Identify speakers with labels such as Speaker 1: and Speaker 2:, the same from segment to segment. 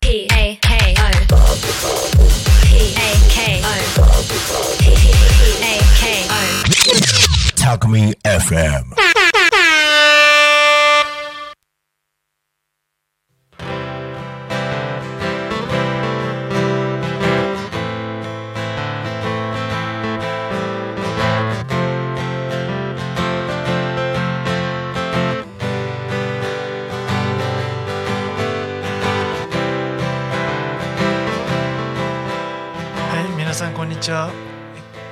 Speaker 1: P A K O P A K O P A K O
Speaker 2: Talk Me FM.
Speaker 3: はい、皆さんこんにちは。
Speaker 4: こ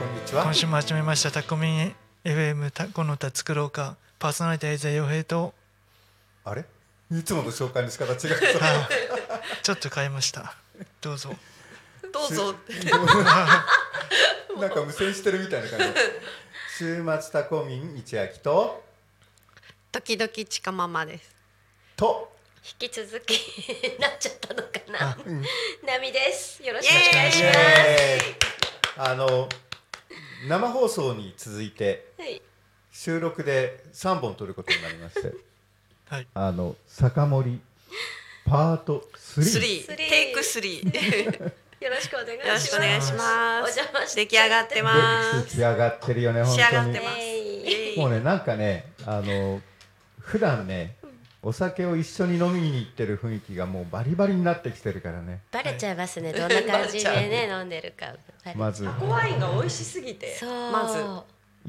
Speaker 4: んにち
Speaker 3: 今
Speaker 4: は。
Speaker 3: 週も始めましたタコミン FM タコの歌作ろうかパーソナリティは伊沢洋平と
Speaker 4: あれいつもの紹介の仕方違う。
Speaker 3: ちょっと変えました。どうぞ。
Speaker 5: どうぞって
Speaker 4: なんか無線してるみたいな感じ。週末タコミン一秋と
Speaker 5: 時々ちかママです
Speaker 4: と
Speaker 6: 引き続きなっちゃったのかな
Speaker 3: あ。
Speaker 6: ナミです。よろしくお願い
Speaker 4: イ
Speaker 6: し
Speaker 4: エ
Speaker 6: ます。
Speaker 4: ーイあの生放送に続いて
Speaker 6: はい。
Speaker 4: 収録で三本撮ることになりま して、
Speaker 3: はい。
Speaker 4: あの酒森パート
Speaker 5: ス
Speaker 4: 3。
Speaker 5: リー
Speaker 6: スリー
Speaker 5: テイクスリー よ
Speaker 6: よろしくお願いします。
Speaker 5: ろしくお願いします
Speaker 6: お邪魔して。
Speaker 5: 出来上がってます
Speaker 4: 仕上がってるよね本
Speaker 5: 仕上が
Speaker 4: 当
Speaker 5: っ
Speaker 4: に
Speaker 5: て。ます
Speaker 6: イエーイ
Speaker 5: イエイ
Speaker 4: もうねなんかねあの普段ねお酒を一緒に飲みに行ってる雰囲気がもうバリバリになってきてるからね
Speaker 6: バレちゃいますね。どんな感じでね飲んでるか。バレ
Speaker 4: まず
Speaker 5: ワインが美味しすぎて
Speaker 6: そう。
Speaker 5: まず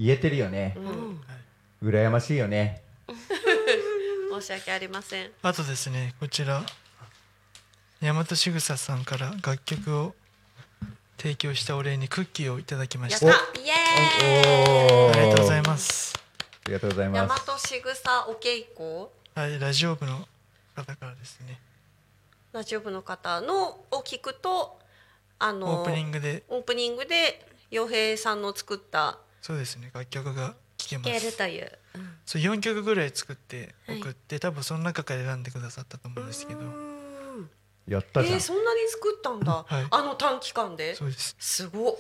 Speaker 4: 言えてるよね、羨ましいよね
Speaker 5: 申し訳ありません
Speaker 3: あとですねこちら大和しぐささんから楽曲を提供したお礼にクッキーをいただきました。
Speaker 5: や
Speaker 3: あ
Speaker 5: っ
Speaker 6: イエ
Speaker 4: お
Speaker 3: りがとうござい
Speaker 4: す
Speaker 3: ます。
Speaker 4: ありがとうござい
Speaker 5: 大
Speaker 4: ます
Speaker 5: 和しぐさお稽古
Speaker 3: はいラジオ部の方からですね
Speaker 5: ラジオ部の方のを聞くとあ
Speaker 3: オ
Speaker 5: の
Speaker 3: ープニングで
Speaker 5: オープニングで洋平さんの作った
Speaker 3: そうですね楽曲が聴けま
Speaker 6: ーイ。いける
Speaker 3: す。
Speaker 6: という。
Speaker 3: そう4曲ぐらい作って
Speaker 6: はい
Speaker 3: 送って、多分その中から選んでくださったと思うんですけど
Speaker 5: うん
Speaker 4: やっ
Speaker 5: え
Speaker 4: たじゃん、
Speaker 5: ー、そんなに作ったんだ、
Speaker 3: はい
Speaker 5: あの短期間で
Speaker 3: そうです
Speaker 5: すごっ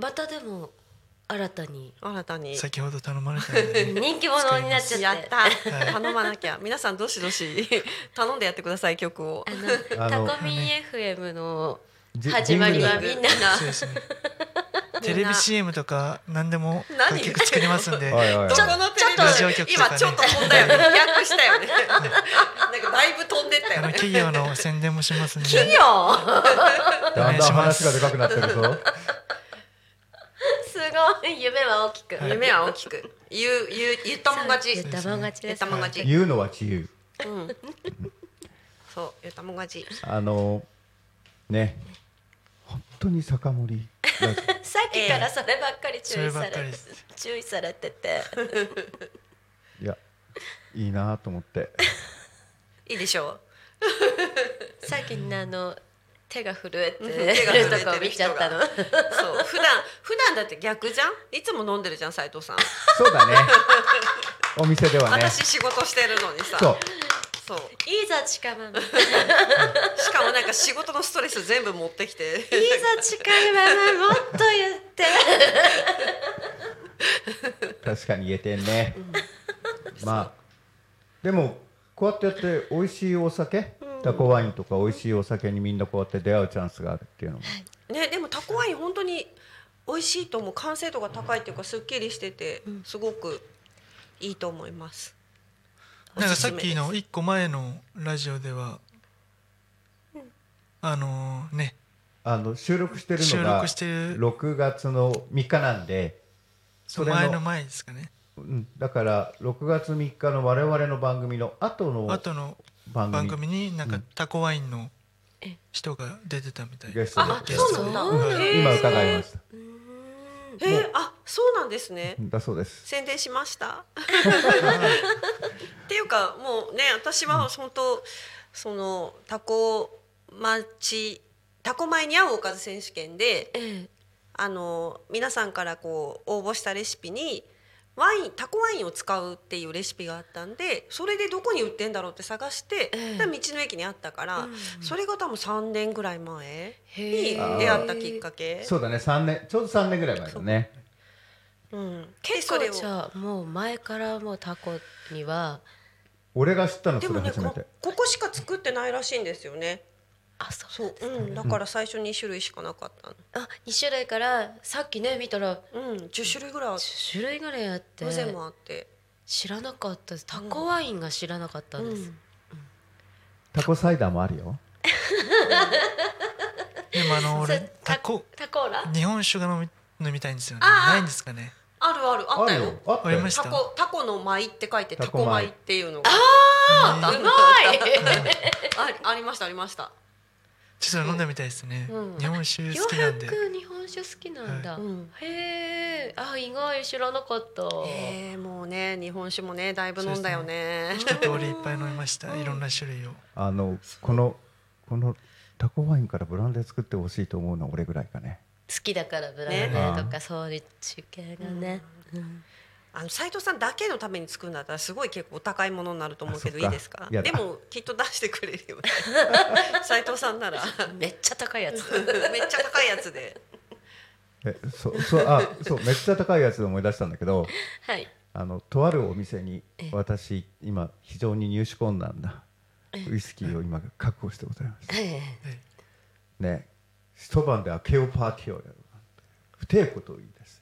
Speaker 6: またでも新たに
Speaker 5: 新たに
Speaker 3: 先ほど頼まれたので、 ね、
Speaker 6: 人気者になっちゃ
Speaker 5: や
Speaker 6: っ。
Speaker 5: ってた頼まなきゃ皆さんどしどし頼んでやってください曲を
Speaker 6: あ
Speaker 4: あの
Speaker 6: のタコミン FM の
Speaker 4: じ
Speaker 6: 始まりは
Speaker 4: ジング
Speaker 6: み
Speaker 4: ル
Speaker 6: んな
Speaker 3: そうですねテレビ CM とか何でも
Speaker 5: 何
Speaker 3: 楽曲作りますん で
Speaker 4: おいおい
Speaker 5: どこのテレ
Speaker 6: ちょ
Speaker 5: ビ
Speaker 6: っとラ
Speaker 3: ジオ局とかね
Speaker 5: 今ちょっと飛んだよね逆したよねなんかだいぶ飛んでった
Speaker 3: あ
Speaker 5: よ
Speaker 3: の
Speaker 5: ね
Speaker 3: 企業の宣伝もしますんで
Speaker 6: いいよ。
Speaker 4: だ
Speaker 3: お願
Speaker 4: んだん
Speaker 3: いします
Speaker 4: 話がでかくなってるぞ
Speaker 6: すごい夢は大き く。
Speaker 3: はい
Speaker 5: 夢は大きく言う言う言ったもん勝ち
Speaker 6: 言ったもん勝ち
Speaker 5: 言
Speaker 6: で
Speaker 5: っ
Speaker 6: す
Speaker 5: た。もん勝ち
Speaker 4: 言うのは自由
Speaker 5: そう言ったもん勝ち
Speaker 4: あのね本当に酒盛ラジ
Speaker 6: さっきからそればっかり注意されて、
Speaker 3: ええそればっかりです
Speaker 6: 注意されてて
Speaker 4: オいやいいなと思って
Speaker 5: いいでしょう
Speaker 6: さっきのあの手が震えて
Speaker 5: 手が震えてる
Speaker 6: るとこ見ちゃったの
Speaker 5: そう普段普段だって逆じゃんいつも飲んでるじゃん斉藤さん、
Speaker 4: そうだねお店ではね
Speaker 5: 私仕事してるのにさ
Speaker 4: そう
Speaker 5: そう
Speaker 6: いいぞちかま まいいぞ
Speaker 5: しかもなんか仕事のストレス全部持ってきて
Speaker 6: ちかままもっと言 って
Speaker 4: 確かに言えてんね、まあでもこうやってやって美味しいお酒、タコワインとか美味しいお酒にみんなこうやって出会うチャンスがあるっていうのも、
Speaker 5: ねでもタコワイン本当に美味しいと思う完成度が高いっていうかすっきりしててすごくいいと思います。
Speaker 3: なんかさっき
Speaker 5: お
Speaker 3: の一個前のラジオでは、あのね
Speaker 4: あの収録してる
Speaker 3: 収
Speaker 4: のが
Speaker 3: 録してる
Speaker 4: 6月の3日なんで、
Speaker 3: そ
Speaker 4: そ
Speaker 3: の
Speaker 4: れの
Speaker 3: 前の前ですかね
Speaker 4: うん、だから6月3日の我々の番組の後の
Speaker 3: 後の
Speaker 4: 番
Speaker 3: 番
Speaker 4: 組
Speaker 3: 組になん
Speaker 4: う
Speaker 3: か
Speaker 4: ん
Speaker 3: タコワインの人が出てたみたい
Speaker 4: ゲ
Speaker 3: で
Speaker 4: ストで
Speaker 5: あそうなんだ。
Speaker 3: はい
Speaker 4: 今伺いました
Speaker 5: へーあそうなんですね。
Speaker 4: だそうです
Speaker 5: 宣伝しました。っていうかもうね私は本当そのタコ町タコ米に合うおかず選手権であの皆さんからこう応募したレシピにワインタコワインを使うっていうレシピがあったんでそれでどこに売ってんだろうって探して、
Speaker 6: ええ
Speaker 5: で道の駅にあったから、それが多分3年ぐらい前
Speaker 6: へ
Speaker 5: に出
Speaker 4: え
Speaker 5: 会ったきっかけ、
Speaker 4: そうだね3年ちょうど3年ぐらい前だね
Speaker 5: うん、
Speaker 6: 結
Speaker 5: それ
Speaker 6: 構
Speaker 5: を
Speaker 6: じゃあもう前からもうタコには
Speaker 4: 俺が知ったの
Speaker 5: で
Speaker 4: そ
Speaker 5: も
Speaker 4: れ
Speaker 5: ね
Speaker 4: 初め
Speaker 5: こ
Speaker 4: て
Speaker 5: ここしか作ってないらしいんですよね
Speaker 6: あそう
Speaker 5: そう、うん、だから最初2種類しかなかったの
Speaker 6: あ2種類からさっきね見たら
Speaker 5: うん、10種類ぐらいあって
Speaker 6: 10種類ぐらいあって
Speaker 5: ロゼもあって、
Speaker 6: 知らなかったですタコワインが知らなかったんです、
Speaker 4: タコサイダーもあるよ
Speaker 3: でもあの
Speaker 6: それ
Speaker 3: 俺タコ
Speaker 6: タコーラ
Speaker 3: 日本酒が飲み飲みたいんですよね
Speaker 5: あー
Speaker 3: ないんですかね
Speaker 5: あるあるあったよ
Speaker 4: あった
Speaker 3: ありました
Speaker 5: タコタコの舞って書いて
Speaker 4: タ
Speaker 5: タ
Speaker 4: コ
Speaker 5: コ
Speaker 4: 舞
Speaker 5: 舞っていうのが
Speaker 3: ね
Speaker 5: あ
Speaker 6: う
Speaker 5: っ
Speaker 6: ま
Speaker 5: た
Speaker 6: い
Speaker 5: あありましたありました
Speaker 3: ちょっと飲んでみたいですね、
Speaker 5: うん
Speaker 3: 日本酒
Speaker 6: 洋
Speaker 3: 好きなんで
Speaker 6: 服日本酒好きなんだ、
Speaker 5: はいうん
Speaker 6: へえあ意外知らなかった
Speaker 5: えー、もうね日本酒もねだいぶ飲んだよね
Speaker 3: 一通りいっぱい飲みましたいろんな種類を
Speaker 4: あのこのこのタコワインからブランデー作ってほしいと思うのは俺ぐらいかね
Speaker 6: 好きだからブランデーとか、そういう中継がね、
Speaker 5: あの斉藤さんだけのために作るんだったらすごい結構お高いものになると思うけど
Speaker 4: あ
Speaker 5: い
Speaker 4: そっか
Speaker 5: いですか
Speaker 4: いや
Speaker 5: でもきっと出してくれる よね斉藤さん なら
Speaker 6: めっちゃ高いやつ
Speaker 5: めっちゃ高いやつで
Speaker 4: えそそうあそうめっちゃ高いやつで思い出したんだけど
Speaker 6: はい
Speaker 4: あのとあるお店に
Speaker 6: ええ
Speaker 4: 私今非常に入手困難なウイスキーを今確保してございましたね一晩で明けおパーティーをやるなんて不定ことを言い出して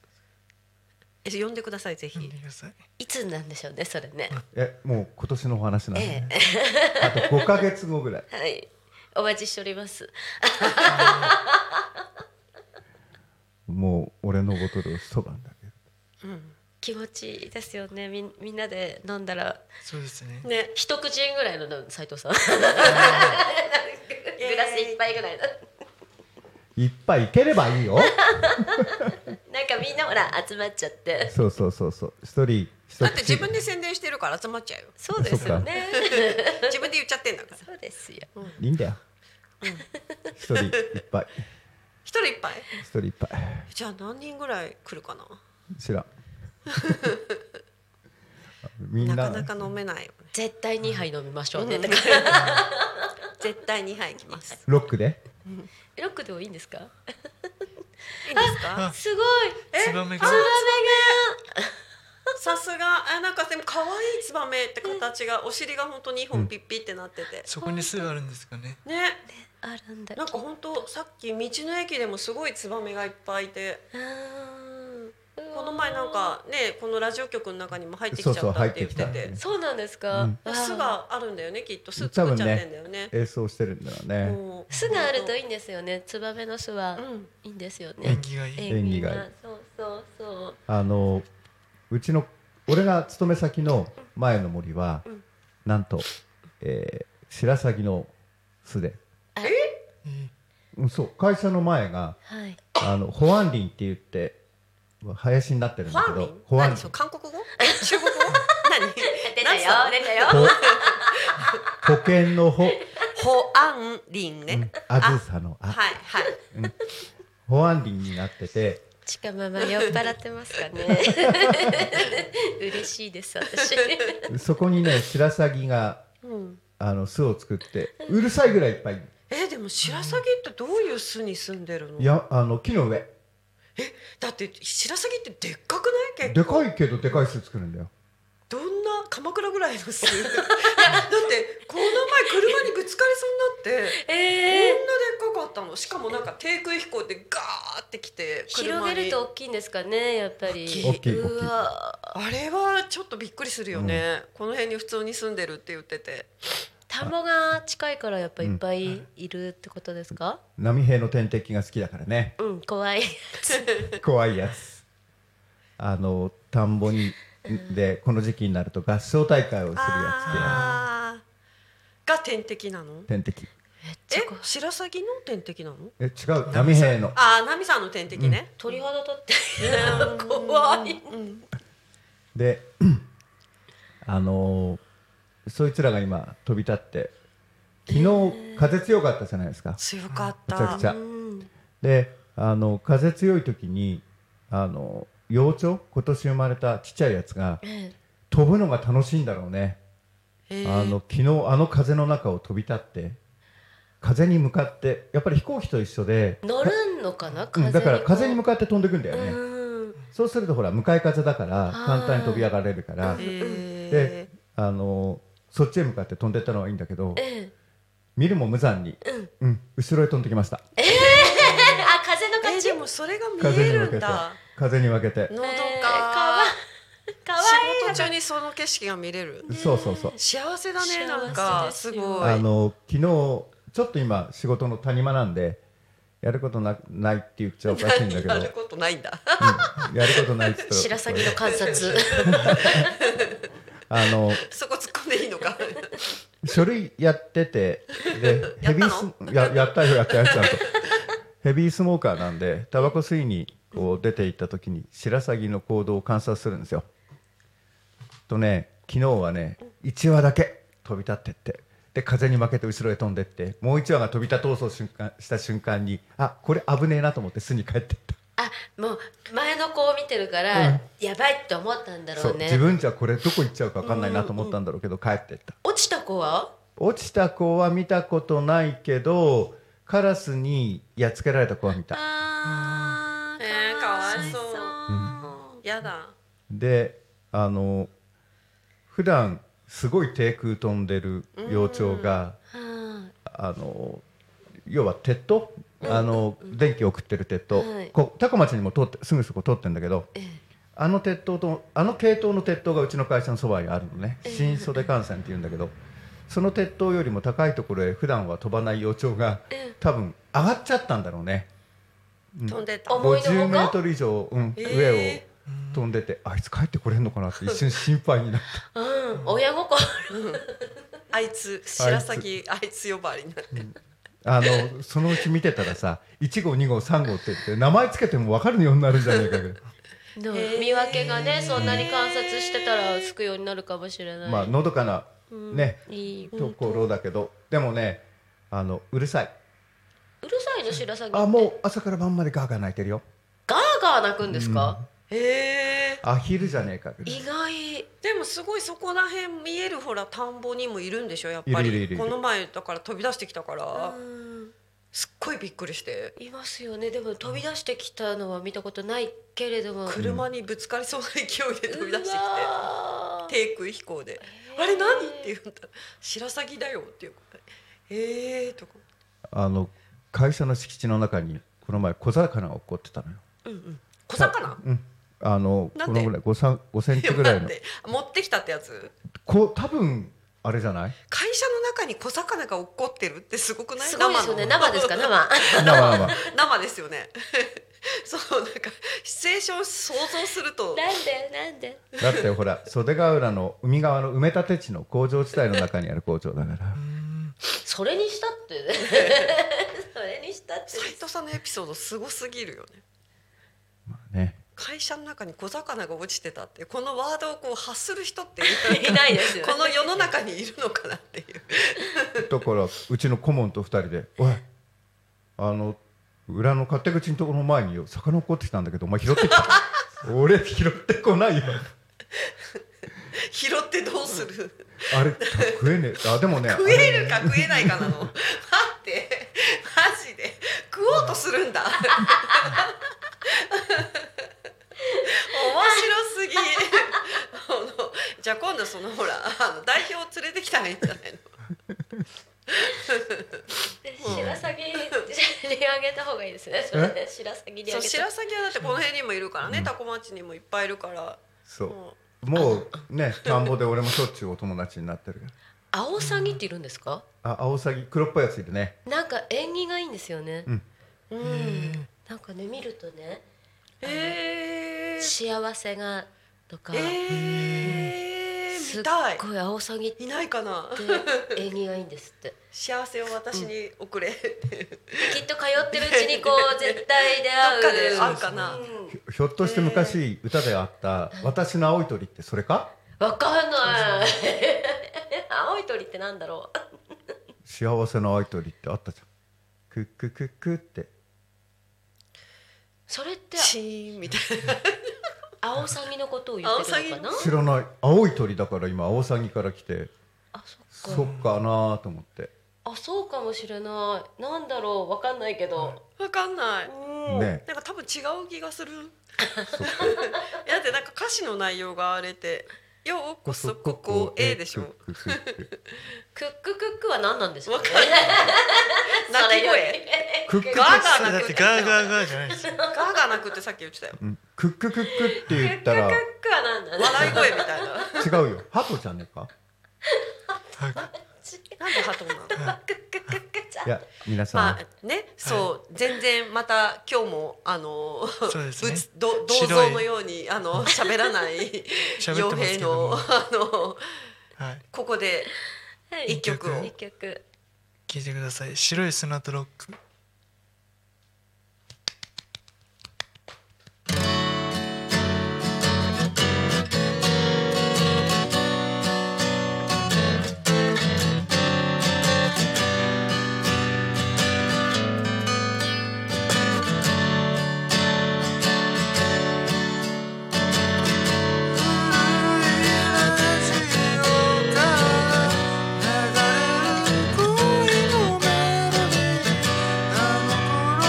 Speaker 5: え呼んでくださいぜ
Speaker 3: 飲ん
Speaker 5: ひ
Speaker 3: でください
Speaker 6: いつなんでしょうねそれね
Speaker 4: えもう今年のお話なんで、ねあと5か月後ぐらい
Speaker 6: はいお待ちしております
Speaker 4: もう俺のボトルを一晩だけ
Speaker 6: 気持ちいいですよねみんみんなで飲んだら
Speaker 3: そうですね
Speaker 5: ね
Speaker 6: 一口ぐらいの斉藤さんグ ラス一杯ぐらいの
Speaker 4: いっぱいいければいい よ
Speaker 6: なんかみんなほら集まっちゃって
Speaker 4: そうそうそうそう一人一口
Speaker 5: だって自分で宣伝してるから集まっちゃうよ
Speaker 6: そうですよね
Speaker 5: 自分で言っちゃってんだから
Speaker 6: そうですよ
Speaker 4: いいんだよ一、人いっぱい
Speaker 5: 一人いっぱい
Speaker 4: 一人いっぱい
Speaker 5: じゃあ何人ぐらい来るかな
Speaker 4: 知らんみんな
Speaker 5: なかなか飲めないよね
Speaker 6: 絶対2杯飲みましょうね、
Speaker 5: うん
Speaker 6: だから
Speaker 5: 絶対2杯来ます
Speaker 4: ロックで
Speaker 6: ロックでもいいんですか
Speaker 5: いいですか
Speaker 3: あ
Speaker 6: すごい
Speaker 3: ツバメが
Speaker 5: さすがあなんかでも可愛いツバメって形がお尻が本当に2本ピッピってなってて、
Speaker 3: そこに巣があるんですかね
Speaker 5: ね
Speaker 6: あるんだ
Speaker 5: なんか本当さっき道の駅でもすごいツバメがいっぱいいてこの前なんかねこのラジオ局の中にも入ってきちゃった
Speaker 4: そうそう入
Speaker 5: っ
Speaker 4: って
Speaker 5: 言
Speaker 4: て
Speaker 5: っ
Speaker 4: き
Speaker 5: て
Speaker 4: た
Speaker 5: て
Speaker 6: そうなんですか、
Speaker 4: うん
Speaker 6: あー
Speaker 5: 巣があるんだよねきっと巣作っちゃってんだよね
Speaker 4: 演奏してるんだよね
Speaker 5: もう
Speaker 6: 巣があるといいんですよねツバメの巣は
Speaker 5: うん
Speaker 6: いいんですよね、
Speaker 3: 縁起がいい
Speaker 6: ええみんな
Speaker 4: 縁起がいい
Speaker 6: そうそうそう
Speaker 4: あのうちの俺が勤め先の前の森は、なんと、えー、白鷺の巣で
Speaker 3: うん
Speaker 4: うんそう会社の前が
Speaker 6: はい
Speaker 4: あの保安林って言って林になってるん
Speaker 5: フ
Speaker 4: だけ
Speaker 5: ァンリ
Speaker 4: ど
Speaker 5: ン何それ韓国語え中国語 何
Speaker 6: 出たよ
Speaker 5: 何
Speaker 6: 出たよ
Speaker 4: ほ保険の 保、
Speaker 5: ホアンリン
Speaker 4: うん
Speaker 5: ね、
Speaker 4: あずさのあ、
Speaker 5: はいはい
Speaker 4: 保安林になってて
Speaker 6: ちかママ酔っ払ってますかね 嬉しいです私
Speaker 4: そこにね白鷺が、あの巣を作ってうるさいぐらいいっぱいいる
Speaker 5: えでも白鷺ってどういう巣に住んでるの
Speaker 4: いやあの木の上
Speaker 5: だって白鷺ってでっかくない結構
Speaker 4: でかいけどでかい巣作るんだよ
Speaker 5: どんな鎌倉ぐらいの巣 いやだってこの前車にぶつかりそうになってこ ん
Speaker 6: ええ
Speaker 5: なでっかかったのしかもなんか低空飛行でガーってきて車に
Speaker 6: 広げると大きいんですかねやっぱり
Speaker 4: 大きいう
Speaker 6: わ
Speaker 5: あれはちょっとびっくりするよね、この辺に普通に住んでるって言ってて
Speaker 6: 田んぼが近いからやっぱいっぱいいるってことですか
Speaker 4: 波平の天敵が好きだか らね
Speaker 6: うん、怖い
Speaker 4: 怖いやつあの田んぼにでこの時期になると合唱大会をするや
Speaker 5: あーが天敵なの
Speaker 4: つで天敵
Speaker 5: え白鷺の天敵なの
Speaker 4: え違う波平の
Speaker 5: ああ奈美さんの天敵ね、
Speaker 6: 鳥肌立って怖い
Speaker 4: で あのーそいつらが今飛び立って昨日風強かったじゃないですか
Speaker 5: 強かっ
Speaker 4: めちゃ
Speaker 5: た
Speaker 4: くちゃであの風強い時にあの幼鳥今年生まれたちっちゃいやつが飛ぶのが楽しいんだろうね
Speaker 5: えー
Speaker 4: あの昨日あの風の中を飛び立って風に向かってやっぱり飛行機と一緒で
Speaker 6: 乗るのかな
Speaker 4: う
Speaker 6: 風
Speaker 4: んだから風に向
Speaker 6: か
Speaker 4: かって飛んでくんだよね、
Speaker 6: うん
Speaker 4: そうするとほら向かい風だから
Speaker 6: ー
Speaker 4: 簡単に飛び上がれるから
Speaker 5: えー
Speaker 4: であのそっちへ向かって飛んでったのはいいんだけど
Speaker 6: ええ
Speaker 4: 見るも無残に、うん、後ろへ飛んできました
Speaker 6: あ、風の
Speaker 5: え
Speaker 6: 勝ち。
Speaker 5: でもそれが見えるんだ
Speaker 4: 風に負けて
Speaker 5: のど
Speaker 6: え
Speaker 5: か,、
Speaker 6: ーかわかわ
Speaker 5: 仕
Speaker 6: いい。
Speaker 5: 事中にその景色が見れる
Speaker 4: そうそうそう
Speaker 5: 幸せだねなん
Speaker 6: 幸せ
Speaker 5: か
Speaker 6: です
Speaker 5: す
Speaker 6: よ
Speaker 5: ご
Speaker 4: あ
Speaker 5: い
Speaker 4: の昨日ちょっと今仕事の谷間なんでやることなないって言っちゃおかしいんだけど、うん
Speaker 5: やることないんだ
Speaker 4: やることないっ て言ったら
Speaker 6: 白鷺の観察。
Speaker 4: あの
Speaker 5: そこ突っ込んでいいのか
Speaker 4: 書類やっててで
Speaker 5: や
Speaker 4: ヘ
Speaker 5: った
Speaker 4: ビ
Speaker 5: の
Speaker 4: ースややったよやったよち ゃんとヘビースモーカーなんでタバコ吸いにこう出て行った時に白鷺の行動を観察するんですよとね昨日はね1羽だけ飛び立ってってで風に負けて後ろへ飛んでってもう1羽が飛び立とうと瞬間した瞬間にあこれ危ねえなと思って巣に帰ってった
Speaker 6: あ、もう前の子を見てるか
Speaker 4: う
Speaker 6: ら
Speaker 4: ん
Speaker 6: やばいって思ったんだろ
Speaker 4: そうう自
Speaker 6: ね。
Speaker 4: 分じゃこれどこ行っちゃうか分かんないなと思ったんだろうけど帰ってった
Speaker 6: 落ちた子は？
Speaker 4: 落ちた子は見たことないけどカラスにやっつけられた子は見た
Speaker 6: あー
Speaker 5: うんえーかわいそう
Speaker 6: う
Speaker 5: やだ
Speaker 4: であの普段すごい低空飛んでる幼鳥が
Speaker 6: うん
Speaker 4: あの要は鉄塔あの電気送ってる鉄塔
Speaker 6: はい
Speaker 4: こ高町にも通ってすぐそこ通ってんだけど
Speaker 6: ええ
Speaker 4: あの鉄塔とあの系統の鉄塔がうちの会社のそばにあるのね新袖幹線っていうんだけどその鉄塔よりも高いところへ普段は飛ばない幼鳥が多分上がっちゃったんだろうね
Speaker 5: 飛んでた
Speaker 6: あ思いの
Speaker 4: 50
Speaker 6: ほ
Speaker 4: メー
Speaker 6: か
Speaker 4: トル以上、うん
Speaker 5: えー
Speaker 4: 上を飛んでてあいつ帰ってこれんのかなって一瞬心配になっ
Speaker 6: うん、親心。
Speaker 5: あいつ白鷺あいつ呼ばわりになって
Speaker 4: たあのそのうち見てたらさ1号2号3号って言って名前つけても分かるようになるんじゃないかけど
Speaker 6: の見分けがね、そんなに観察してたらつくようになるかもしれない。
Speaker 4: まあのどかな、ね
Speaker 6: いい。
Speaker 4: ところだけどでもねあのうるさいう
Speaker 6: るさいの白鷺って。
Speaker 4: あもう朝から晩までガーガー泣いてるよ
Speaker 6: ガーガー鳴くんですか？
Speaker 5: へえ
Speaker 4: アヒルじゃねえかけど
Speaker 6: 意外。
Speaker 5: でもすごいそこら辺見えるほら田んぼにもいるんでしょやっぱ
Speaker 4: いるいるいる
Speaker 5: り
Speaker 4: いる
Speaker 5: この前だから飛び出してきたから
Speaker 6: うん
Speaker 5: すっごいびっくりして
Speaker 6: いますよね。でも飛び出してきたのは見たことないけれども。
Speaker 5: 車にぶつかりそうな勢いで飛び出してきて
Speaker 6: わー
Speaker 5: 低空飛行で「あれ何?」って言ったら「白鷺だよ」っていうからええー」とか
Speaker 4: あの会社の敷地の中にこの前小魚が落っこってたのよ
Speaker 5: 小魚
Speaker 4: うんあの
Speaker 5: なん
Speaker 4: こ
Speaker 5: で
Speaker 4: のぐらい 5, さん5センチぐらい
Speaker 5: っ
Speaker 4: の
Speaker 5: て持ってきたってやつ
Speaker 4: こう多分あれじゃない
Speaker 5: 会社の中に小魚が落っこってるってすごくない
Speaker 6: すごいですよね。
Speaker 5: の
Speaker 6: 生ですか生。
Speaker 4: まあまあまあ
Speaker 5: 生ですよね そうなんかシチュエーションを想像すると
Speaker 6: なんでなんで。
Speaker 4: だってほら袖ヶ浦の海側の埋め立て地の工場地帯の中にある工場だから
Speaker 6: それにしたって。 それにしたって。
Speaker 5: 斉藤さんのエピソードすごすぎるよね
Speaker 4: まあね
Speaker 5: 会社の中に小魚が落ちてたってこのワードをこう発する人って
Speaker 6: い ないですよね
Speaker 5: この世の中にいるのかなっていう
Speaker 4: だからうちの顧問と2人で「おいあの裏の勝手口のところの前によ魚落っこってきたんだけどお前拾ってき た」俺拾ってこないよ
Speaker 5: 拾ってどうする、
Speaker 4: あれ食えねえあでもね
Speaker 5: 食えるか食えないかなの待ってマジで食おうとするんだ面白すぎあのじゃあ今度そのほらあの代表を連れてきたらいいんじゃないの
Speaker 6: 白鷺にあげた方がいいですね。それね白鷺にあげ
Speaker 5: そう
Speaker 6: た。
Speaker 5: 白鷺はだってこの辺にもいるからね、タコ町にもいっぱいいるから
Speaker 4: そうもうね田んぼで俺もしょっちゅうお友達になってるから
Speaker 6: 青鷺っているんですか？
Speaker 4: あアオサギ黒っぽいやついるね
Speaker 6: なんか縁起がいいんですよね。
Speaker 4: うん
Speaker 6: うん。なんかね見るとね
Speaker 5: えー、
Speaker 6: 幸せがとか。
Speaker 5: えー、
Speaker 6: すっ
Speaker 5: 見たい
Speaker 6: ごい青鷺って
Speaker 5: いないかな
Speaker 6: 縁起がいいんです って
Speaker 5: 幸せを私に送れ、
Speaker 6: きっと通ってるうちにこう絶対出会う
Speaker 5: どっかで会うかな
Speaker 6: うん
Speaker 4: ひょっとして昔歌であった「私の青い鳥」ってそれか
Speaker 6: わかんない青い鳥ってなんだろう
Speaker 4: 幸せの青い鳥ってあったじゃんクックックックって
Speaker 6: それって
Speaker 5: シーンみたい
Speaker 6: 青サギのことを言ってるのかな
Speaker 4: 知らない青い鳥だから今アオサギから来て
Speaker 6: あそっ
Speaker 4: そ
Speaker 6: か
Speaker 4: っかなと思って
Speaker 6: あそうかもしれないなんだろうわかんないけど
Speaker 5: なわかんない
Speaker 4: ね
Speaker 5: なんか多分違う気がするいやだってなんか歌詞の内容があれてようこそここへでしょ。
Speaker 6: クッククックは何なんですか、ね
Speaker 5: わかんな。鳴
Speaker 6: それ
Speaker 5: き
Speaker 6: より
Speaker 5: 声。
Speaker 4: クック
Speaker 5: ガー
Speaker 3: そ
Speaker 5: ガ
Speaker 3: れだ
Speaker 5: ー鳴
Speaker 3: っ
Speaker 5: く
Speaker 3: て
Speaker 5: って
Speaker 3: ガーガーガーじゃないですよ
Speaker 5: ガーガー鳴くってさっき言ってたよ。
Speaker 4: うんクッククックって
Speaker 6: ク
Speaker 4: 言
Speaker 6: ッ
Speaker 4: っ
Speaker 6: クク
Speaker 4: た
Speaker 6: ッ
Speaker 4: ら
Speaker 6: クは何なんですか。
Speaker 5: 笑い声みたいな。
Speaker 4: 違うよ。ハトじゃねえか。
Speaker 3: はい
Speaker 5: なんでハトなの？
Speaker 6: クッククックじゃん
Speaker 4: い。や皆さん
Speaker 5: まあね、そう、全然また今日もあの
Speaker 3: そうですね
Speaker 5: 仏ど銅
Speaker 3: 白い
Speaker 5: 像のようにあの喋らない
Speaker 3: 喋っ
Speaker 5: 傭
Speaker 3: てます
Speaker 5: 兵
Speaker 3: けど
Speaker 5: の
Speaker 3: も
Speaker 5: あの
Speaker 3: はい
Speaker 5: ここで
Speaker 6: はい
Speaker 5: 一曲を
Speaker 6: 一曲。
Speaker 3: 聞いてください白い砂とロック
Speaker 7: 「流れる恋のメロディ」「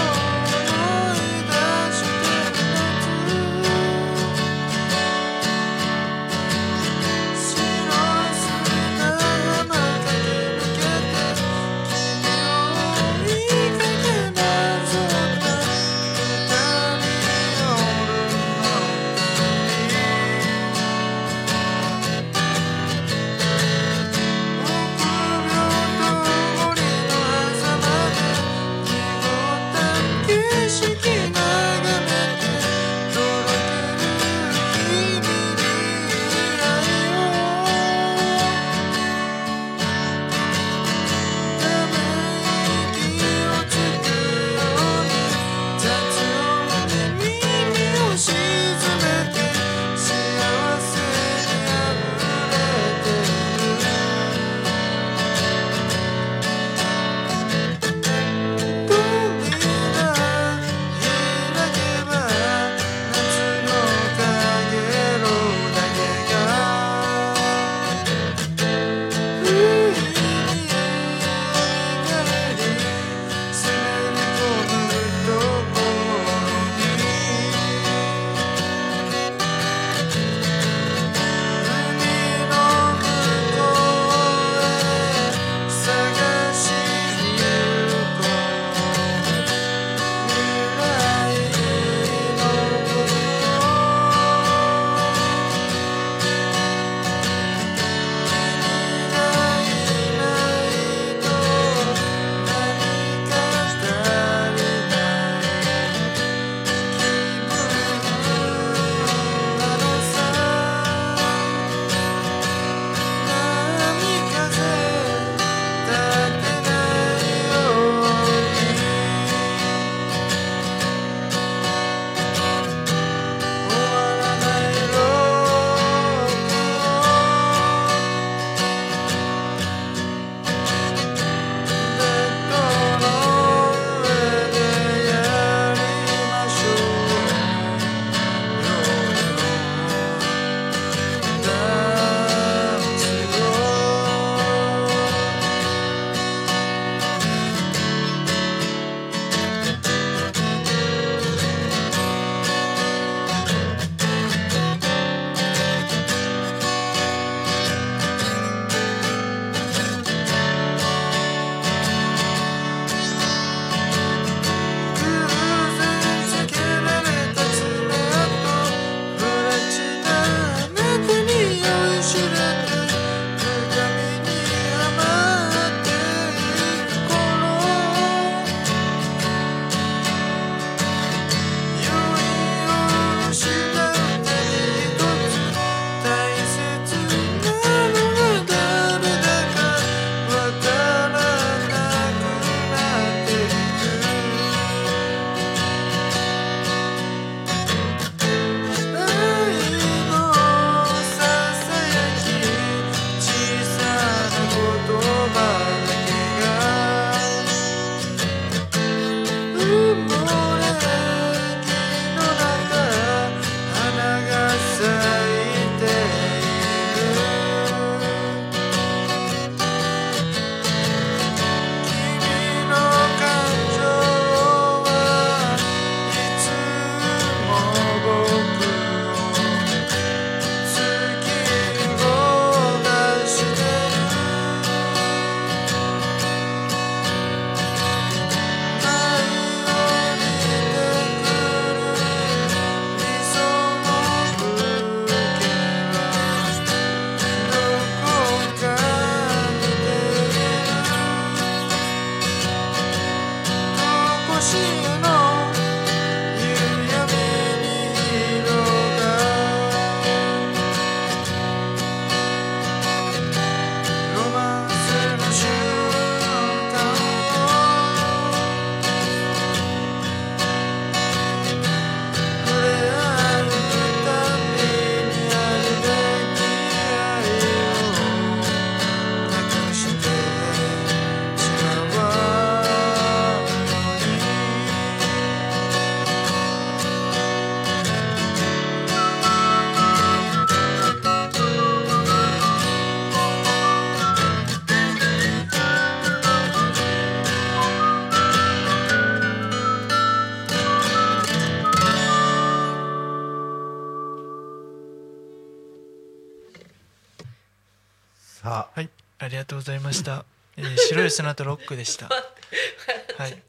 Speaker 3: 深夜の夕闇に色がロマンスの瞬間を触れ合うたびにあるべき愛をなくしてしまうのに
Speaker 4: さあ
Speaker 3: はいありがとうございました、えー白い砂とロックでしたはい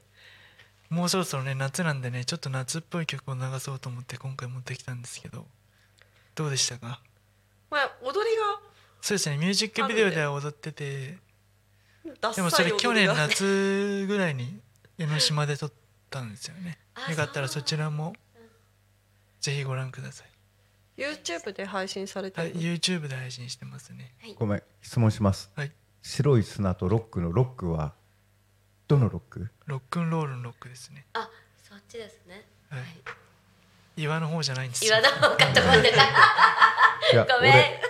Speaker 3: もうそろそろね夏なんでねちょっと夏っぽい曲を流そうと思って今回持ってきたんですけどどうでしたか
Speaker 5: まあ踊り
Speaker 3: そうですねミュージックビデオでは踊ってて
Speaker 5: がダ
Speaker 3: でも
Speaker 5: ッ
Speaker 3: そ
Speaker 5: サい
Speaker 3: れ
Speaker 5: 踊りが
Speaker 3: 去年夏ぐらいに江ノ島で撮ったんですよね
Speaker 6: あ
Speaker 3: よかったらそちらもぜひご覧ください
Speaker 5: YouTube で配信されて
Speaker 3: はい、
Speaker 5: る
Speaker 3: YouTube で配信してますね。
Speaker 4: ごめん質問します
Speaker 3: はい、
Speaker 4: 白い砂とロックのロックはどのロック
Speaker 3: ロックンロールのロックですね。
Speaker 6: あ、そっちですね。
Speaker 3: はい
Speaker 6: はい。
Speaker 3: 岩の方じゃないんですよ
Speaker 6: 岩。田の方かと思ってた。
Speaker 4: い や
Speaker 6: ごめん。
Speaker 4: 俺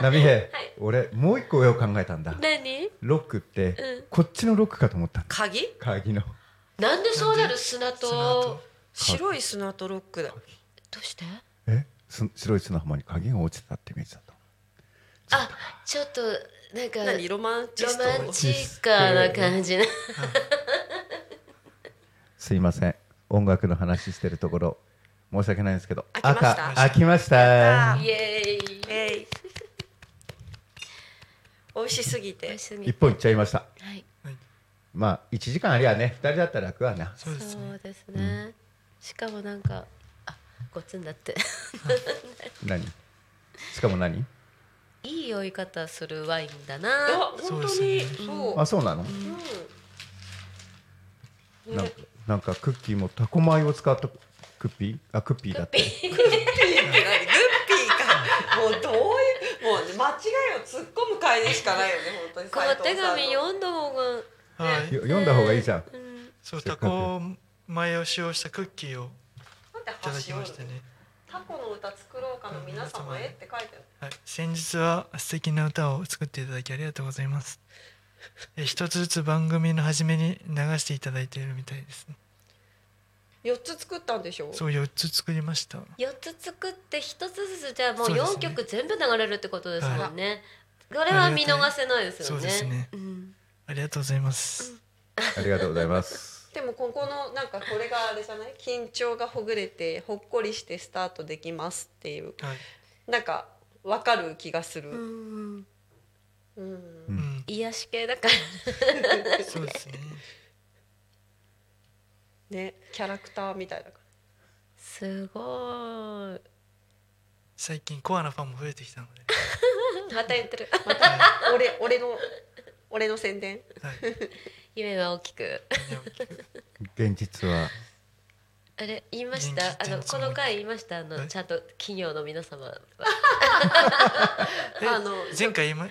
Speaker 4: ナビヘ俺もう一個上を考えたんだ
Speaker 6: 何？
Speaker 4: ロックって、
Speaker 6: うん
Speaker 4: こっちのロックかと思ったんだ
Speaker 5: 鍵
Speaker 4: 鍵の
Speaker 6: なんでそうなる砂と？
Speaker 3: 砂と
Speaker 5: 白い砂とロックだ
Speaker 6: どうして？
Speaker 4: えす白い砂浜に鍵が落ちてたってイメージだった
Speaker 6: あ、ちょっとなんか
Speaker 5: 何ロマンチ
Speaker 6: ロ
Speaker 5: スト
Speaker 6: マンチックな感じな。
Speaker 4: すいません音楽の話してるところ申し訳ないんですけど
Speaker 5: 飽きました
Speaker 4: 赤飽きました
Speaker 5: た
Speaker 6: イエーイ。
Speaker 5: えい美味しすぎ
Speaker 6: 美
Speaker 5: て
Speaker 6: 味しすぎ
Speaker 4: 一。本いっちゃいました
Speaker 6: はい。
Speaker 3: はい、
Speaker 4: まあ1時間ありゃね2人だったら楽はな
Speaker 3: そうです
Speaker 6: そ
Speaker 3: ね。
Speaker 6: うですね。しかもなんかあ、ごつんだって。
Speaker 4: 何しかも何
Speaker 6: いい酔い方するワインだ
Speaker 5: あ
Speaker 6: な。
Speaker 5: 本
Speaker 3: そう
Speaker 5: 当
Speaker 3: です
Speaker 5: に
Speaker 3: ね
Speaker 5: そう
Speaker 4: あそうなの、
Speaker 5: うん
Speaker 4: なん
Speaker 5: ね
Speaker 4: かなんかクッキーもタコ米を使ったクッピーあクッピーだって
Speaker 5: ルッピーかもうどういうもう間違いを突っ込む回でしかないよね本当に
Speaker 6: この手紙読んだ方が。
Speaker 3: はい、
Speaker 4: よ読んだ方がいいじゃん
Speaker 6: うん。
Speaker 3: そうタコ前を使用したクッキーをいただき
Speaker 5: き
Speaker 3: ま
Speaker 5: ま
Speaker 3: し
Speaker 5: したた
Speaker 3: ね
Speaker 5: ね。タコの歌作ろうかの皆様へって書いてあ
Speaker 3: は
Speaker 5: る
Speaker 3: い、先日は素敵な歌を作っていただきありがとうございます。え一つずつ番組の初めに流していただいているみたいですね。
Speaker 5: 四つ作ったんでしょ
Speaker 3: そう四つ作りました。
Speaker 6: 四つ作って一つずつじゃあもう
Speaker 3: そうですね
Speaker 6: 四曲全部流れるってことですもんね。これ
Speaker 3: あ
Speaker 6: は
Speaker 3: り
Speaker 6: 見
Speaker 3: が
Speaker 6: 逃
Speaker 3: たい
Speaker 6: せないですよね。
Speaker 3: そうですね
Speaker 6: ん
Speaker 3: ありがとうございます。
Speaker 4: ありがとうございます
Speaker 5: でもここのなんかこれがあれじゃない緊張がほぐれてほっこりしてスタートできますっていう
Speaker 3: はい、
Speaker 5: なんかわかる気がす
Speaker 6: う
Speaker 5: る、
Speaker 6: ん。
Speaker 5: う
Speaker 3: う
Speaker 5: ん、
Speaker 3: ん、
Speaker 6: 癒し系だから。
Speaker 3: そうですね。
Speaker 5: ねキャラクターみたいな感
Speaker 6: すごい。
Speaker 3: 最近コアなファンも増えてきたので。
Speaker 6: また言って る。
Speaker 5: じまた俺俺の俺の宣伝
Speaker 3: はい。
Speaker 6: 夢は大きく。
Speaker 4: 現実は
Speaker 6: あれ言いました
Speaker 3: 元。気
Speaker 6: あの
Speaker 3: って
Speaker 6: この回言いました。あ
Speaker 3: は
Speaker 6: の
Speaker 3: い
Speaker 6: ちゃんと企業の皆様は。
Speaker 5: あの
Speaker 3: 前回今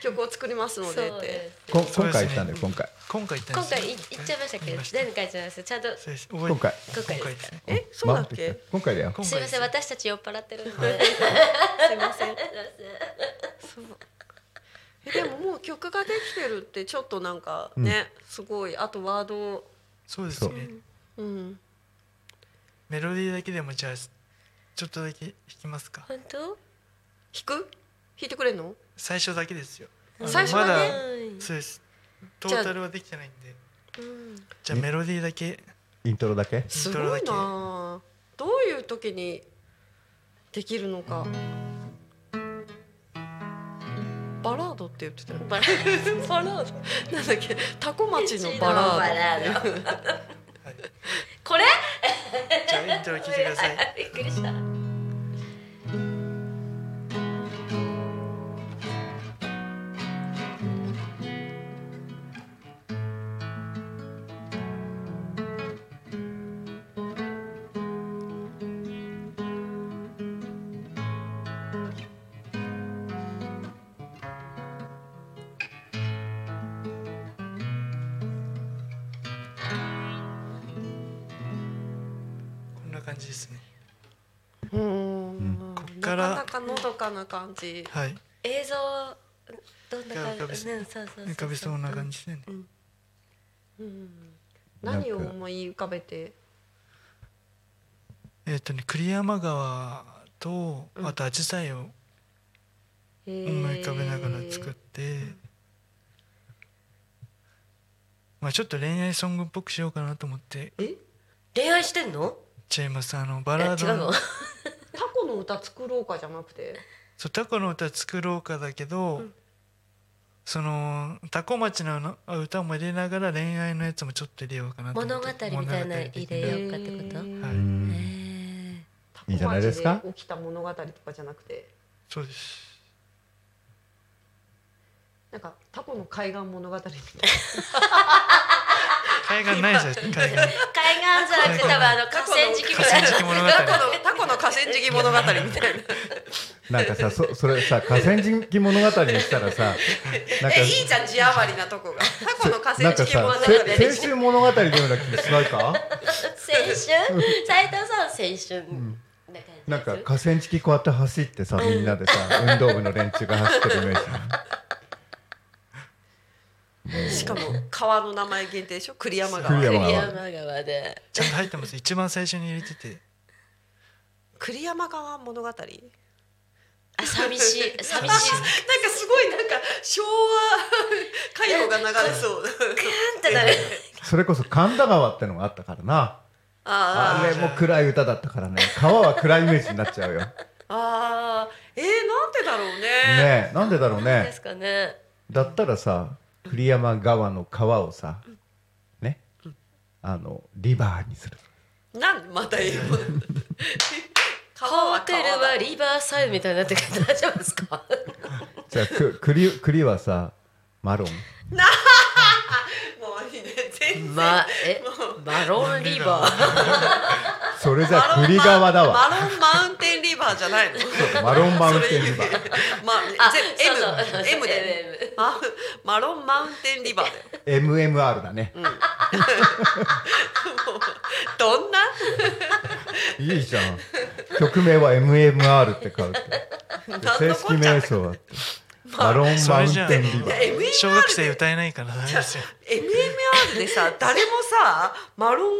Speaker 5: 曲を作りますのでって
Speaker 6: す
Speaker 4: こ
Speaker 3: そう
Speaker 4: 今
Speaker 3: ですね
Speaker 4: 回行ったんだよ今回
Speaker 3: 今回行った
Speaker 6: 今
Speaker 3: んです
Speaker 6: 回
Speaker 3: よ
Speaker 6: い言っちゃいましたっけ
Speaker 3: 言
Speaker 6: ど
Speaker 3: まし、た
Speaker 6: 前回じゃないです。ちゃんと
Speaker 3: そうです覚え
Speaker 4: 今回
Speaker 6: 今回で
Speaker 3: 今回ですす
Speaker 6: か
Speaker 3: ね。
Speaker 5: えそうだっけ
Speaker 4: 回ってきた今回だよ
Speaker 3: 今回
Speaker 6: すみません、
Speaker 3: です
Speaker 6: 私たち酔っ払ってるんで。
Speaker 5: すいませんそう えでももう曲ができてるってちょっとなんかね、すごいあとワード
Speaker 3: そうですよね
Speaker 5: うん
Speaker 3: メロディーだけでもじゃあちょっとだけ弾きますか
Speaker 6: 本当？
Speaker 5: 弾く弾いてくれんの
Speaker 3: 最初だけですよあの
Speaker 5: 最初はね
Speaker 3: ま
Speaker 6: う
Speaker 3: だ
Speaker 6: ん
Speaker 3: そうですト
Speaker 5: じゃあ
Speaker 3: ータルはできてないんで
Speaker 6: うん
Speaker 3: じゃあメロディーだけ
Speaker 4: イントロだけ
Speaker 5: すごいなあどういう時にできるのかバラードって言ってたよ
Speaker 6: バラード
Speaker 5: バラードなんだっけタコ町のバラー ド
Speaker 6: うちのバラ
Speaker 3: はい
Speaker 6: これ？
Speaker 3: じゃあイントロ聞いてください
Speaker 6: びっくりした。
Speaker 5: 「
Speaker 3: 感じですね
Speaker 5: うん
Speaker 3: こっか
Speaker 5: なからなかのどかな感じ。
Speaker 3: はい
Speaker 6: 映像どんな
Speaker 3: 浮か
Speaker 6: 感
Speaker 3: び
Speaker 6: じ
Speaker 3: そう
Speaker 6: うんそうそうそう
Speaker 3: 浮かびそうな感じですね
Speaker 5: うん何を
Speaker 4: なんか
Speaker 5: 思い浮かべて。
Speaker 3: えっ、とね栗山川とあとアジサイを
Speaker 5: 思い
Speaker 3: 思い浮かべながら作って、まあちょっと恋愛ソングっぽくしようかなと思って
Speaker 5: え
Speaker 6: 恋愛してんの
Speaker 3: ちゃいますあのバ
Speaker 6: え違
Speaker 3: ラード
Speaker 6: うの
Speaker 5: タコの歌作ろうかじゃなくて。
Speaker 3: そうタコの歌作ろうかだけど、そのタコ町のの歌も入れながら恋愛のやつもちょっと入れようかなと思
Speaker 6: 物
Speaker 3: っ
Speaker 6: 語み
Speaker 3: て
Speaker 6: たいな
Speaker 3: 物
Speaker 6: 入
Speaker 3: 的
Speaker 6: れようかってこと
Speaker 5: へ
Speaker 3: は
Speaker 5: ー
Speaker 3: い、
Speaker 6: え
Speaker 5: タ
Speaker 4: いいんじゃないですか
Speaker 5: コ町起きた物語とかじゃなくて、
Speaker 3: そうです
Speaker 5: なんかタコの海岸物語みたいな。
Speaker 3: 海岸ない じゃん海岸
Speaker 6: ー海岸じゃなくて多分あの河川敷みたいな
Speaker 3: 河川敷物語
Speaker 5: タコのタコの河川敷物語みた いな。
Speaker 4: なんかさそそれさ河川敷物語にしたらさなんか
Speaker 5: えいいじゃん字余りなとこが。タコの河
Speaker 4: なん
Speaker 5: 川
Speaker 4: か
Speaker 5: 敷物
Speaker 4: さ
Speaker 5: 語
Speaker 4: せ青春物語のような気しないか
Speaker 6: 青春斉藤さん青春な感じ
Speaker 4: なんか河川敷こうやって走ってさみんなでさ運動部の連中が走ってるイメージ
Speaker 5: しかも川の名前限定でしょ栗山
Speaker 4: 栗
Speaker 5: 川
Speaker 4: 山
Speaker 6: 栗山川で
Speaker 3: ちゃんと入ってます一番最初に入れてて
Speaker 5: 栗山川物語
Speaker 6: あ寂しい寂しい
Speaker 5: なんかすごいなんか昭 和歌謡が流れそう
Speaker 6: なんてなる
Speaker 4: それこそ神田川ってのがあったからなあ
Speaker 5: あー
Speaker 4: れも暗い歌だった からね川は暗いイメージになっちゃうよね
Speaker 5: あーえー、なんでだろうね
Speaker 4: えなんでだろう
Speaker 6: で
Speaker 4: ね
Speaker 6: すかね
Speaker 4: だったらさ栗山川の川をさねあのリバーにする
Speaker 5: なんまた英語なんだ川
Speaker 6: ホ
Speaker 5: は
Speaker 6: テ
Speaker 5: 川だ
Speaker 6: ルはリバーサイドみたいになってくる大丈夫ですか
Speaker 4: じゃあく栗栗はさマロン
Speaker 5: もういいね全 然
Speaker 6: まえマロンリバー
Speaker 4: それじゃ栗川だわ
Speaker 5: マロンマウンテンリバーじゃないの
Speaker 4: マロンマウンテンリバー
Speaker 5: ま
Speaker 6: あ
Speaker 5: あ、ぜ
Speaker 6: そうそう
Speaker 5: M M で
Speaker 6: MM
Speaker 5: ママロンマウンテンリバーだよ
Speaker 4: MMR だね
Speaker 5: もうどんな
Speaker 4: いいじゃん曲名は MMR って書うって
Speaker 5: 何
Speaker 4: 正
Speaker 5: のこ
Speaker 4: 式
Speaker 5: っちゃっ
Speaker 4: 名
Speaker 5: た
Speaker 4: 称はマロンマウンテンリバー
Speaker 5: MMR で
Speaker 3: 小学生歌えないからダメですよ
Speaker 5: MMR でさ誰もさマロン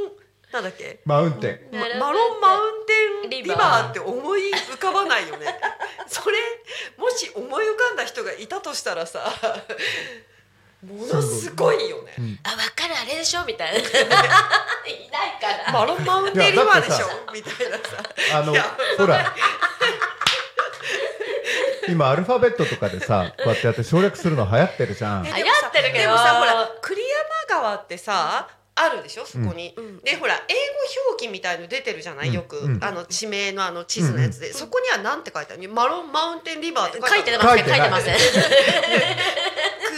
Speaker 5: なんだっけ
Speaker 4: マウンテン
Speaker 5: まマロンマウンテンリバーって思い浮かばない よねそれもし思い浮かんだ人がいたとしたらさものすごいよね
Speaker 6: あ分かるあれでしょみ たいないないから
Speaker 5: マロンマウンテンリバーでしょみたいなさ
Speaker 4: あの
Speaker 5: いや
Speaker 4: ほら今アルファベットとかでさこうやってやって省略するの流行ってるじゃん
Speaker 5: え
Speaker 6: 流行ってるけど
Speaker 5: でもさほら栗山川ってさあるでしょそこに、でほら英語表記みたいの出てるじゃない、
Speaker 4: うん
Speaker 5: よく、
Speaker 4: うん
Speaker 5: あの地名のあの地図のやつで、そこにはなんて書いてあるのマロンマウンテンリバーって書
Speaker 6: 書
Speaker 5: い
Speaker 6: い
Speaker 5: て
Speaker 6: て
Speaker 5: ある
Speaker 6: ません書い
Speaker 4: 書いてない
Speaker 6: てません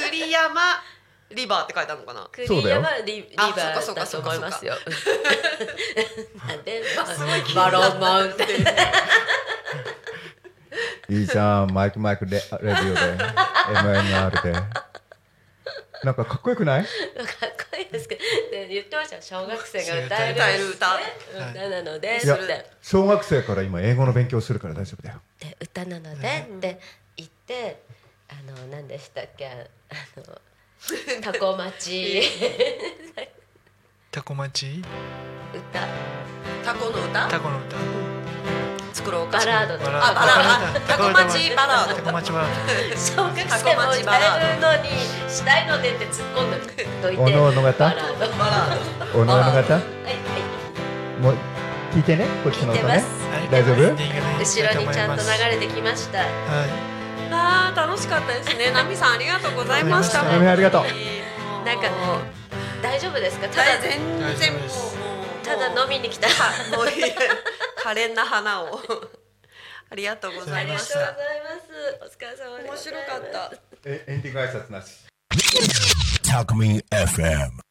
Speaker 5: 栗山リバーって書いてあるのかな
Speaker 4: そう
Speaker 6: 栗
Speaker 4: だよ
Speaker 6: 山リリバ
Speaker 5: あ
Speaker 6: ー
Speaker 5: そうか
Speaker 6: だ
Speaker 5: そ
Speaker 6: と
Speaker 5: う
Speaker 6: 思い
Speaker 5: かそ
Speaker 6: う
Speaker 5: か
Speaker 6: ますよなん でママロンマウンテン
Speaker 4: いいじゃんマイクマイクレレディオで MMR でなんかかっこよくない
Speaker 6: かっこいいですけどで言ってましたよ小学生が歌える
Speaker 5: 歌える歌
Speaker 6: うん歌なので
Speaker 4: いや
Speaker 6: って
Speaker 4: 小学生から今英語の勉強するから大丈夫だよ
Speaker 6: で歌なのでって言ってあの何でしたっけあのタコ町
Speaker 3: タコ町
Speaker 6: 歌
Speaker 5: タコの歌
Speaker 3: タコの歌
Speaker 5: 作ろうか
Speaker 6: バラードと
Speaker 3: バラ
Speaker 6: か
Speaker 5: あバラ
Speaker 3: ード
Speaker 5: タコ町バラー
Speaker 3: タ
Speaker 5: ド
Speaker 3: コ町バラード
Speaker 6: 小学生も歌えるのにしたいのでって突っ込んでといて
Speaker 4: おのおの型
Speaker 6: バラード
Speaker 5: バラード
Speaker 4: おのおの型
Speaker 6: はいは
Speaker 4: もう聞いてねこっち
Speaker 6: い
Speaker 4: の
Speaker 6: 聞いて
Speaker 4: 音
Speaker 6: ま
Speaker 4: ね
Speaker 6: す
Speaker 3: はい
Speaker 4: 大丈夫
Speaker 3: エンディングで行きたい
Speaker 6: 後
Speaker 3: と
Speaker 6: ろに
Speaker 3: 思い
Speaker 6: ちゃんと
Speaker 3: ます
Speaker 6: 流れてきました
Speaker 3: は
Speaker 5: あー楽しかったですねナミさんありがとうございました
Speaker 3: ナ
Speaker 4: ミありがとう
Speaker 5: 本当
Speaker 6: な
Speaker 5: に
Speaker 6: んか
Speaker 5: もう
Speaker 6: 大丈夫ですかただ
Speaker 5: 大全然もうもう
Speaker 6: ただ飲みに来た
Speaker 5: あもういい可憐な花をありがとうございまし
Speaker 6: ありが
Speaker 5: た
Speaker 6: とうございます。お疲れ様で
Speaker 5: 面
Speaker 6: ござ
Speaker 5: 白
Speaker 6: います
Speaker 5: かった
Speaker 4: えエンディング挨拶なし
Speaker 2: Talk Me FM.